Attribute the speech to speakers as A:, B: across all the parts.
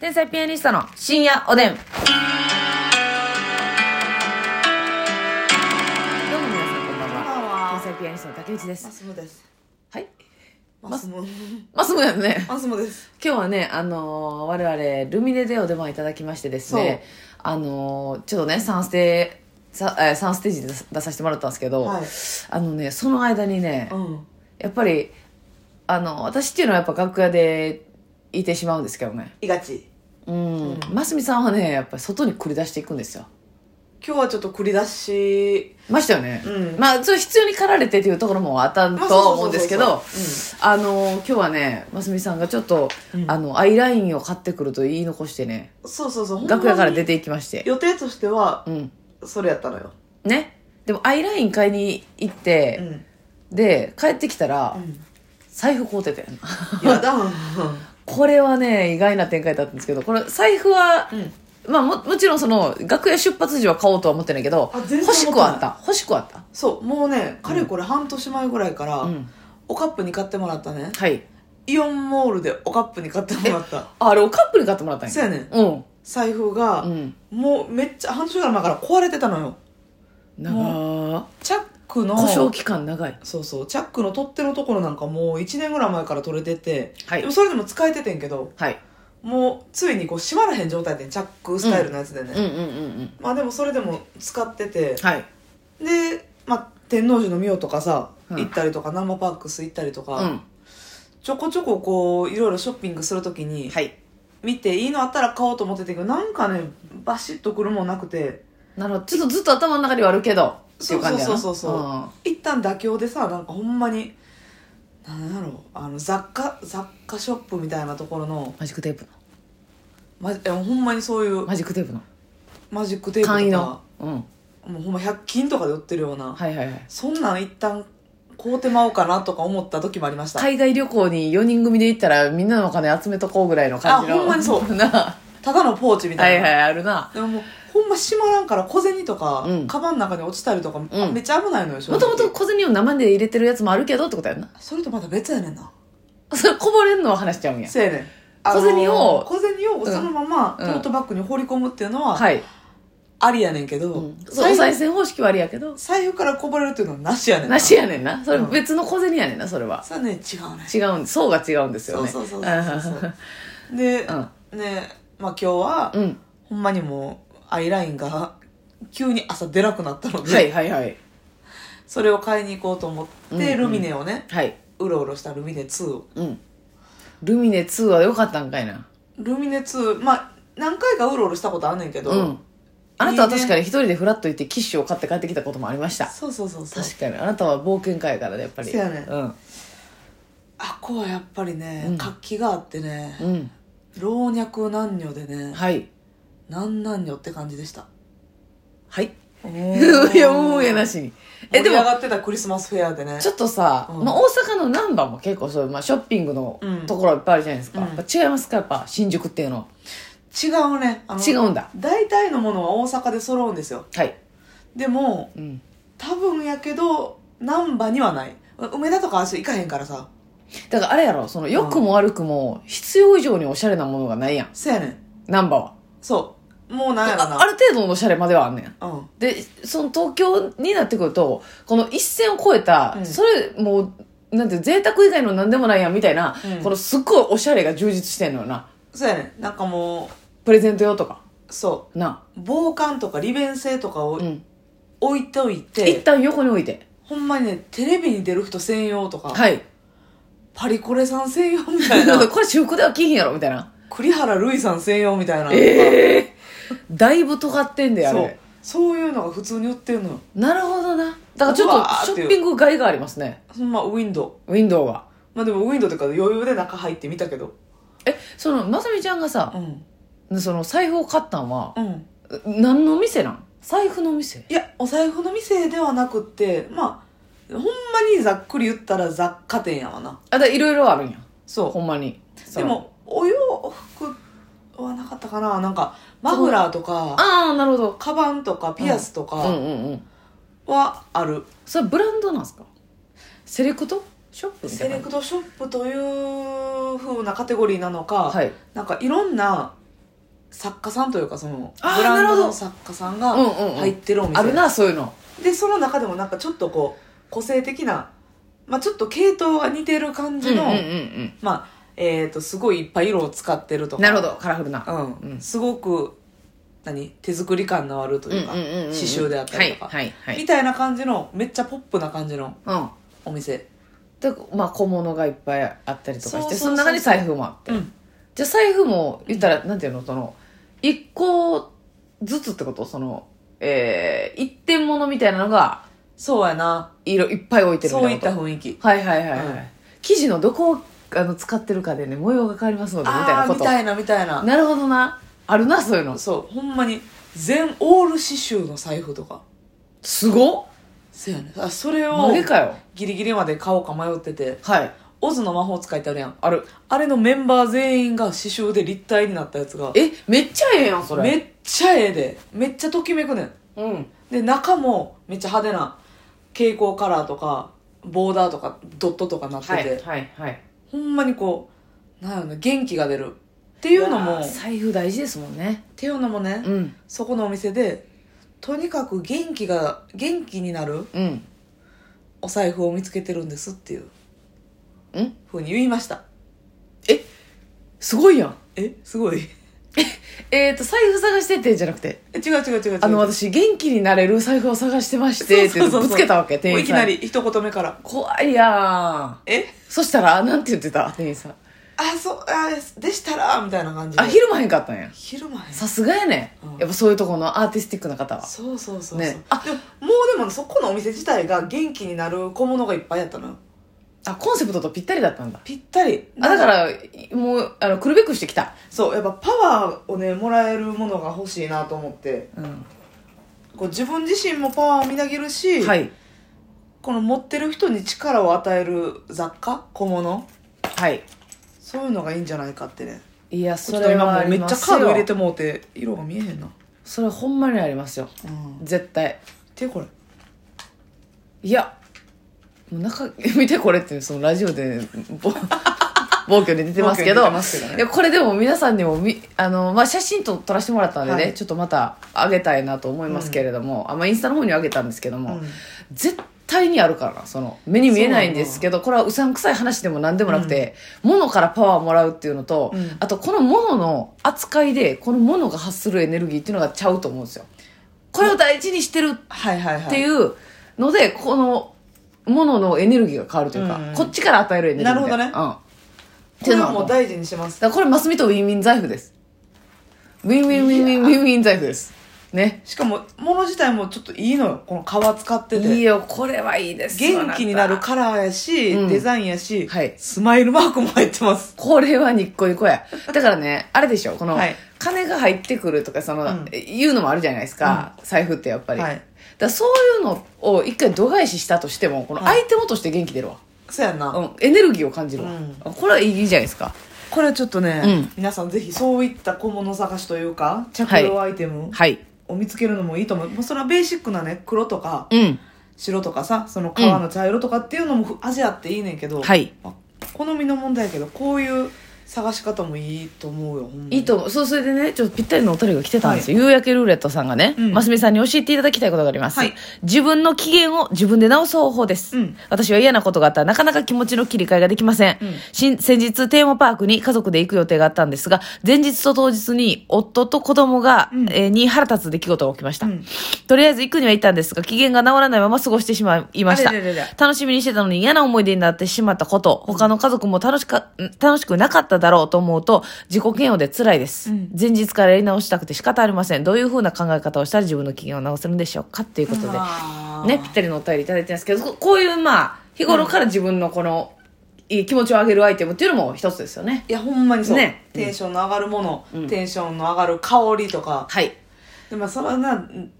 A: 天才ピアニストの深夜おでん。どうも皆さんこんばん
B: こんばん
A: は。
B: は
A: 天才ピアニストの竹内です
B: マ。スモです。
A: はい。
B: マスモ。
A: まあそうやね。
B: マスモです。
A: 今日はね、あのー我々、ルミネでお出番いただきましてですね、あのーちょっとね、3ステ、さえー三ステージで出さ出させてもらったんですけど、
B: はい
A: あのね、その間にね、
B: うん。
A: やっぱり、あの、私っていうのはやっぱ楽屋でいてしまうんですけどね。
B: いがち。
A: うん。ますみさんはね、やっぱり外に繰り出していくんですよ。
B: 今日はちょっと繰り出し、
A: ましたよね。
B: うん
A: まあ、そう必要に駆られてっていうところもあったとは思うんですけ
B: まあ
A: ど
B: そうそうそうそ、
A: あの、今日はね、ますみさんがちょっと、
B: うん
A: あの、アイラインを買ってくると言い残してね、
B: そうそうそう。
A: 楽屋から出
B: て。
A: ていきまして。
B: 予定としては、
A: うん。
B: それやったのよ。
A: ね。でも、アイライン買いに行って、
B: ん。
A: で、帰ってきたら、
B: うん。
A: 財布買うてたやん。
B: やだ。うん。
A: これはね、意外な展開だったんですけど、これ、財布は、まあも、もちろんその、楽屋出発時は買おうとは思ってないけど
B: あ、全然
A: 欲しく
B: 思って
A: は
B: な
A: あ
B: い
A: った。欲しくはあった。
B: そう、もうね、かれこれ半年前ぐらいから、
A: うん
B: おカップに買ってもらったね。
A: はい。
B: イオンモールでおカップに買ってもらった。
A: ああれ、おカップに買ってもらったんや。
B: そうやねん
A: うん。
B: 財布が、
A: うん
B: もうめっちゃ半年ぐらい前から壊れてたのよ。
A: 長ー
B: チャックの、
A: 故障期間長い。
B: そうそうチャックの取っ手のところなんかもう1年ぐらい前から取れてて、
A: はい
B: でもそれでも使えててんけど
A: はい。
B: もうついにこう閉まらへん状態でチャックスタイルのやつでね、
A: うんうんうんうん。
B: まあでもそれでも使ってて、
A: はい。
B: で、まあ、天王寺のミオとかさ、
A: うん
B: 行ったりとかナンバーパークス行ったりと
A: う
B: か、
A: ん。
B: ちょこちょここういろいろショッピングするときに、
A: はい。
B: 見ていいのあったら買おうと思っててんけどなんかねバシッとくるもんなくて
A: なるほど。ちょっとずっと頭の中にはあるけど、ってい
B: そううそ
A: 感
B: う
A: じや
B: そ
A: な。
B: うそうそう一旦妥協でさなんかほんまになんやろうあの雑貨雑貨ショップみたいなところの
A: マジックテープの。
B: まえほんまにそういう
A: マジックテープの。
B: マジックテープとか
A: 簡易の。うん。
B: もうほんま100均とかで売ってるような、
A: はいはいはい。
B: そんなん一旦買うてまおうかなとか思った時もありました
A: 海外旅行に4人組で行ったらみんなのお金集めとこうぐらいの感じの。
B: あほんまにそう
A: な。
B: ただのポーチみた
A: はいい
B: な、
A: はい、あるな。
B: でももうほんま閉まらんから小銭とか、
A: うん
B: カバンの中に落ちたりとか、あ
A: うん
B: めっちゃ危ないのよ正
A: も
B: 直
A: ともと小銭を生で入れてるやつもあるけどってことやんな。
B: それとまた別やねんな
A: それこぼれんのは話しちゃうんや。
B: せやねん
A: 小銭を
B: あのー小銭をそのまま
A: う
B: ト
A: ん
B: ートバッグに放り込むっていうのは、
A: はい。
B: ありやねんけど、
A: そう、
B: 財
A: お
B: 布
A: 賽銭方式はありやけど、
B: 財布からこぼれるっていうのはなしやねん
A: なしやねんな。それ
B: うん
A: 別の小銭やねんな、それは。
B: さね違うね
A: 違うん、層が違うんですよ
B: そう
A: ね。
B: そうそうそうそう で、
A: うん
B: ねまあ今日は、
A: うん。うん
B: ほんまにもうアイラインが急に朝出なくなったので、
A: はいはいはい。
B: それを買いに行こうと思って、
A: うんうん
B: ルミネをね
A: はい。
B: うろうろしたルミネ2を
A: うん。ルミネ2は良かったんかいな。
B: ルミネ2まあ何回かうろうろしたことあんねんけど、
A: うん。あなたはい
B: いね
A: 確かに一人でフラッと行ってキッシュを買って帰ってきたこともありました。
B: そうそうそうそう
A: 確かに。あなたは冒険家やからね、やっぱり。
B: そうやね
A: うん。
B: あこはやっぱりね、
A: うん
B: 活気があってね、
A: うん。
B: 老若男女でね、
A: はい。
B: なんなんよって感じでした
A: はい。
B: い
A: いや、もうやなしに。え、
B: え
A: で
B: で
A: も
B: も上、がってたクリスマスフェアでね
A: ちょっとさ、
B: うん
A: まあ、大阪の難波も結構そういう、まあ、ショッピングの
B: うん
A: ところいっぱいあるじゃないですか、
B: うん
A: やっぱ違いますかやっぱ新宿っていうのは
B: 違うねあの
A: 違うんだ
B: 大体のものは大阪で揃うんですよ
A: はい、
B: でも
A: うん、
B: 多分やけど難波にはない梅田とかあっち行かへんからさ
A: だからあれやろその良くも悪くも必要以上におしゃれなものがないやん
B: せやねん
A: 難波は
B: そうもうなんやろ
A: ああ
B: な
A: る程度のおしゃれまではあんねん
B: うん
A: でその東京になってくるとこの一線を越えた、
B: うん
A: それもうなんていう贅沢以外の何でもないやんみたいな、
B: うん
A: このすっごいおしゃれが充実してんのよな
B: そうやねんなんかも
A: プレゼント用とか
B: うそ
A: な
B: う防寒とか利便性とかを
A: うん
B: 置いとい
A: 一
B: て、
A: 旦横に置いて
B: ほんまにねテレビに出る人専用とか、
A: はい
B: パリコレさん専用みた いな
A: これ私服では着ひんやろみたいな
B: 栗原類さん専用みたいな、
A: ええだいぶ尖ってんだよあ
B: そう
A: れ
B: そういうのが普通に売ってるのよ
A: なるほどなだからちょ
B: うわ
A: っ
B: ーって
A: と
B: い
A: ショ
B: う
A: ッピング街がありますね
B: そのまあウィンド
A: ウィンドウが
B: ウまあでもウィンドウとか余裕で中入ってみたけど
A: えそのまさみちゃんが
B: う
A: さ、
B: ん
A: その財布を買ったんは、
B: うん
A: 何の店なん財布の店
B: いやお財布の店ではなくってまあほんまにざっくり言ったら雑貨店やわな
A: あだいろいろあるんやほ
B: そ
A: んまに
B: う
A: そ
B: で
A: の
B: もお洋服はなかったかななんかマフラーとか
A: ああなるほど
B: カバンとかピアスと
A: うん
B: か
A: うんうん
B: はある、
A: それブランドなんですかセレクトショップみた
B: セ
A: いな
B: レクトショップという風なカテゴリーなのか、
A: はい
B: なんかいろんな作家さんというかその
A: あー
B: ブラン
A: なる
B: ド
A: ほ
B: の
A: ど
B: 作家さんが
A: うんうんうん
B: 入ってるお店、
A: あるなそういうの
B: でその中でもなんかちょっとこう個性的な、まあ、ちょっと系統が似てる感じの、
A: うんうんうん
B: まあえっ、とすごいいっぱい色を使ってると
A: うん
B: か
A: なるほどカラフルな
B: うん
A: うん
B: すごく何手作り感のあるというか、
A: うんうんうんうん
B: 刺繍であったりとか、
A: はいはいはい
B: みたいな感じのめっちゃポップな感じの
A: うん
B: お店
A: でまあ小物がいっぱいあったりとかして
B: そうそうそう
A: その中に財布もあって、
B: うん
A: じゃあ財布も言ったら、なんていうのその一個ずつってことそのえー、一点物みたいなのが
B: そうやな
A: 色いっぱい置いてるみ
B: そう
A: ない
B: っ
A: こ
B: た
A: と
B: 雰囲気
A: はいはいはいはい、
B: うん
A: 生地のどこをあの使ってるかでね模様が変わりますのでみたい
B: あ
A: な
B: あー
A: こ
B: み
A: と
B: たいなみたいな
A: なるほどなあるなそういうの
B: そうほんまに全オール刺繍の財布とか
A: すごっ
B: そうやねあそれを
A: 投げかよ
B: ギリギリまで買おうか迷ってて
A: はい
B: 「オズの魔法使い」ってあるやん
A: ある
B: あれのメンバー全員が刺繍で立体になったやつが
A: えめっちゃええやんそれ
B: めっちゃええでめっちゃときめくねん
A: うん
B: で中もめっちゃ派手な蛍光カラーとかボーダーとかドットとかなってて、
A: はいはいはい
B: ほんまにこうなんやろな元気が出るっていうのも
A: わ
B: っ
A: ー財布大事ですもんね
B: ていうのもね、
A: うん
B: そこのお店でとにかく元気が元気になる
A: うん
B: お財布を見つけてるんですっていうんふうに言いました
A: すごいやん
B: えすごい
A: えっ、と財布探しててじゃなくて
B: え違う違う違う違う
A: あの私元気になれる財布を探してましてって
B: そうそうそうそう
A: ぶつけたわけ店
B: もう
A: 員
B: いき
A: さ
B: なん
A: に
B: り一言目から
A: 怖いやん
B: え
A: そしたらなんて言ってた店員さん
B: あそうあでしたらみたいな感じで
A: あひるまへんかったんや
B: 昼前
A: さすがやね、
B: うん
A: やっぱそういうところのアーティスティックな方は
B: そうそうそうそう、
A: ね
B: あでももうでもそこのお店自体が元気になる小物がいっぱいやったのよ
A: あコンセプトとぴったりだったんだ
B: ぴったり
A: あだからもうあのくるべくしてきた、
B: そうやっぱパワーをねもらえるものが欲しいなと思って
A: うん、
B: こう自分自身もパワーをみなぎるし、
A: はい
B: この持ってる人に力を与える雑貨小物
A: はい
B: そういうのがいいんじゃないかってね
A: いや
B: ちょ
A: そ
B: っと
A: れ
B: 今も
A: はあ
B: うめ
A: り
B: っちゃ
A: ますよ
B: カード入れてもうて色が見えへんな、
A: それほんまにありますよ
B: うん、
A: 絶対
B: てこれ
A: いやもう中 見てこれってそのラジオで ぼ暴挙に出てますけど
B: 暴挙に出てますけどね
A: いやこれでも皆さんにもみあの、まあ、写真と撮らせてもらったんでね、
B: はい
A: ちょっとまたあげたいなと思いますけれども、あまあ、インスタの方にあげたんですけども、
B: うん
A: 絶対にあるからなその目に見えないんですけどこれはうさんくさい話でも何でもなくて、物からパワーをもらうっていうのと、
B: うん
A: あとこの物の扱いでこの物が発するエネルギーっていうのがちゃうと思うんですよ。これを大事にしてる
B: はいはいはい
A: っていうので、このもののエネルギーが変わるというか、
B: うん
A: こっちから与えるエネルギーみたい
B: なるほ
A: うん、って
B: こ
A: い
B: れ
A: うの
B: は
A: はもう
B: もう
A: だ
B: 大事にします
A: からこれマスミとウィンウィン財布ですウィンウィンウィンウィンウィンウィン財布ですね
B: しかも物自体もちょっといいのよこの皮使ってて
A: いいよこれはいいですよ
B: 元気にな
A: あ
B: る
A: た
B: カラーやし、
A: うん
B: デザインやし、
A: はい
B: スマイルマークも入ってます。
A: これはニッコニコやだからねあれでしょこの、
B: はい
A: 金が入ってくるとかその、
B: うん
A: いうのもあるじゃないですか、財布ってやっぱり、
B: はい
A: だからそういうのを一回度外視したとしてもこの
B: はい
A: アイテムとして元気出るわ、
B: そうやんな。
A: うん、エネルギーを感じるわ、
B: うん
A: これはいいじゃないですか
B: これはちょっとね、
A: うん
B: 皆さんぜひそういった小物探しというか、着用アイテム
A: はい
B: を見つけるのもいいと思う。もうそれはベーシックなね、黒とか
A: うん
B: 白とかさ、その皮の茶色とかっていうのもふ味あっていいねんけど、
A: はい
B: あ好みの問題やけど、こういう探し方もいいと思うよ、ほんまに
A: いいと思うそうそれでねちょっとぴったりのお便りが来てたんですよ、夕焼けルーレットさんがね、
B: うん
A: 真澄さんに教えていただきたいことがあります、
B: はい
A: 自分の機嫌を自分で直す方法です、
B: うん
A: 私は嫌なことがあったらなかなか気持ちの切り替えができません、
B: うん
A: しん先日テーマパークに家族で行く予定があったんですが前日と当日に夫と子供が、
B: うん
A: えーに腹立つ出来事が起きました、
B: うん
A: とりあえず行くには行ったんですが機嫌が治らないまま過ごしてしまいました
B: あれれれれ
A: 楽しみにしてたのに嫌な思い出になってしまったこと、他の家族も楽しか、ん楽しくなかっただろうと思うと、自己嫌悪で辛いです。
B: うん
A: 前日からやり直したくて仕方ありません。どういう風な考え方をしたら自分の機嫌を直せるんでしょうかっていうことで、
B: あー
A: ね、ぴったりのお便りいただいてるんですけど、ここういう、まあ、日頃から自分のこの、いい気持ちを上げるアイテムっていうのも一つですよね。
B: いや、ほんまにそう。
A: ね
B: テンションの上がるもの、
A: うん
B: テンションの上がる香りとか、
A: はい。
B: でもそれはなうん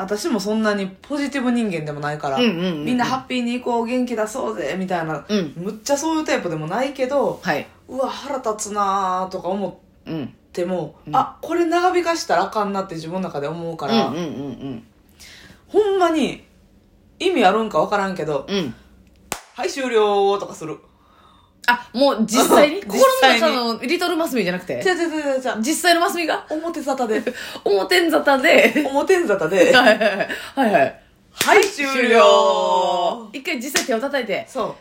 B: 私もそんなにポジティブ人間でもないから、
A: うんうんうんうん
B: みんなハッピーに行こう元気出そうぜみたいな、
A: うん
B: むっちゃそういうタイプでもないけど
A: はい。
B: うわ腹立つなーとか思
A: うん。
B: っても、あこれ長引かしたらあかんなって自分の中で思うか
A: うん
B: ら、
A: うんうん
B: ほんまに意味あるんか分からんけど「
A: うん。うん。
B: はい終了」とかする
A: あもう実際に
B: うん
A: 心の
B: 実際
A: 中
B: に
A: のリトルマスミじゃなくて
B: じゃじゃじゃじゃ
A: 実際のマスミが
B: 表沙汰で
A: 表沙汰で
B: 表沙 汰で
A: はいはいはいはい
B: はい終了
A: 一回実際手を叩いて
B: そ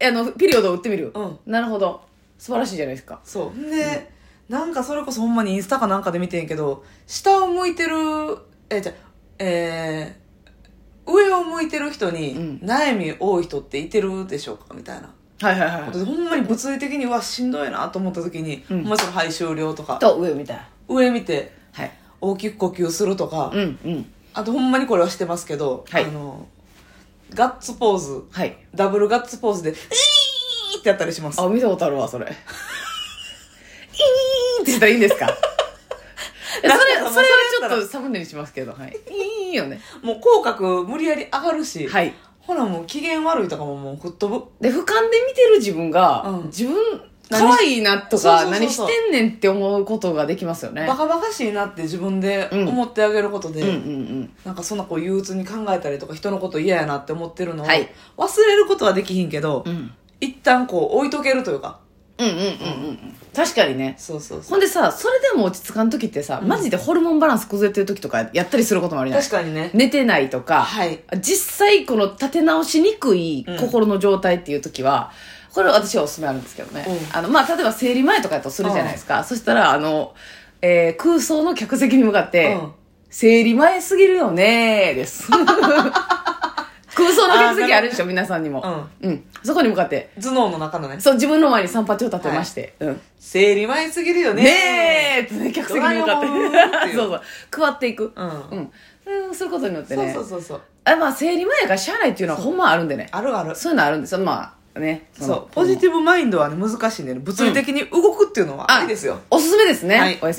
B: う
A: あのピリオドを打ってみる、
B: うん
A: なるほど素晴らしいじゃないですか
B: そうんで、なんかそれこそほんまにインスタかなんかで見てんけど下を向いてるえじゃえー上を向いてる人に
A: うん
B: 悩み多い人っていてるでしょうかみたいな
A: はいはいは
B: ことでほんまに物理的にうわしんどいなと思った時に、
A: うん
B: ほんまにその肺終了とか
A: と上を見たら
B: 上見て
A: はい
B: 大きく呼吸するとか、
A: うんうん
B: あとほんまにこれはしてますけど、
A: はい
B: あのガッツポーズ
A: はい
B: ダブルガッツポーズで「イー!」ってやったりします
A: あ見たことあるわそれイーンってしたらいいん ですかそれ
B: なんか
A: それ
B: も
A: はちょ
B: う
A: っ
B: それやった
A: とサムネにしますけどはいいいよね
B: もう口角無理やり上がるし、
A: はい
B: ほらもう機嫌悪いとかももう吹っ飛ぶ
A: で俯瞰で見てる自分が、
B: うん
A: 自分
B: 何し
A: 可愛いなと
B: そうそうそう
A: か
B: そう
A: 何してんねんって思うことができますよね
B: バカバカしいなって自分で
A: うん
B: 思ってあげることで、
A: うんうんうん
B: なんかそんなこう憂鬱に考えたりとか人のこと嫌やなって思ってるのを、
A: はい
B: 忘れることはできひんけど、
A: うん
B: 一旦こう置いとけるというか
A: うんうんうんうんうん確かにね
B: そうそうそ
A: ほんでさそれでも落ち着かん時ってさ、
B: うん
A: マジでホルモンバランス崩れてる時とかやったりすることもある
B: う
A: じゃない
B: 確かにね
A: 寝てないとか、
B: はい
A: 実際この立て直しにくい心の状態っていう時は、これ私はおすすめあるんですけどね、
B: うん
A: あのまあ、例えば生理前とかやとするじゃないですか、そしたらあの、えー空想の客席に向かって「
B: うん
A: 生理前すぎるよね」です 空想の客席あるでしょ皆さんにも、うんそこに向かって
B: 頭脳の中のね
A: そう自分の前に三八を立てまして、うん
B: 生理前すぎるよね
A: ねえってね客席に向かっ
B: ドラえもんって
A: て
B: いう
A: そうそう配っていく
B: うん、
A: うん、うん、そういうことによって
B: そう
A: ね
B: そうそうそう
A: あまあ生理前やからしゃあないっていうのはほんまあるんでね
B: あるある
A: そういうのあるんですよまあね
B: そうポジテ
A: ィブ
B: ィブマインドはね難しいんでね物理的に動くっていうのはありですよ、
A: おすすめですね、
B: はい
A: おやすみなさい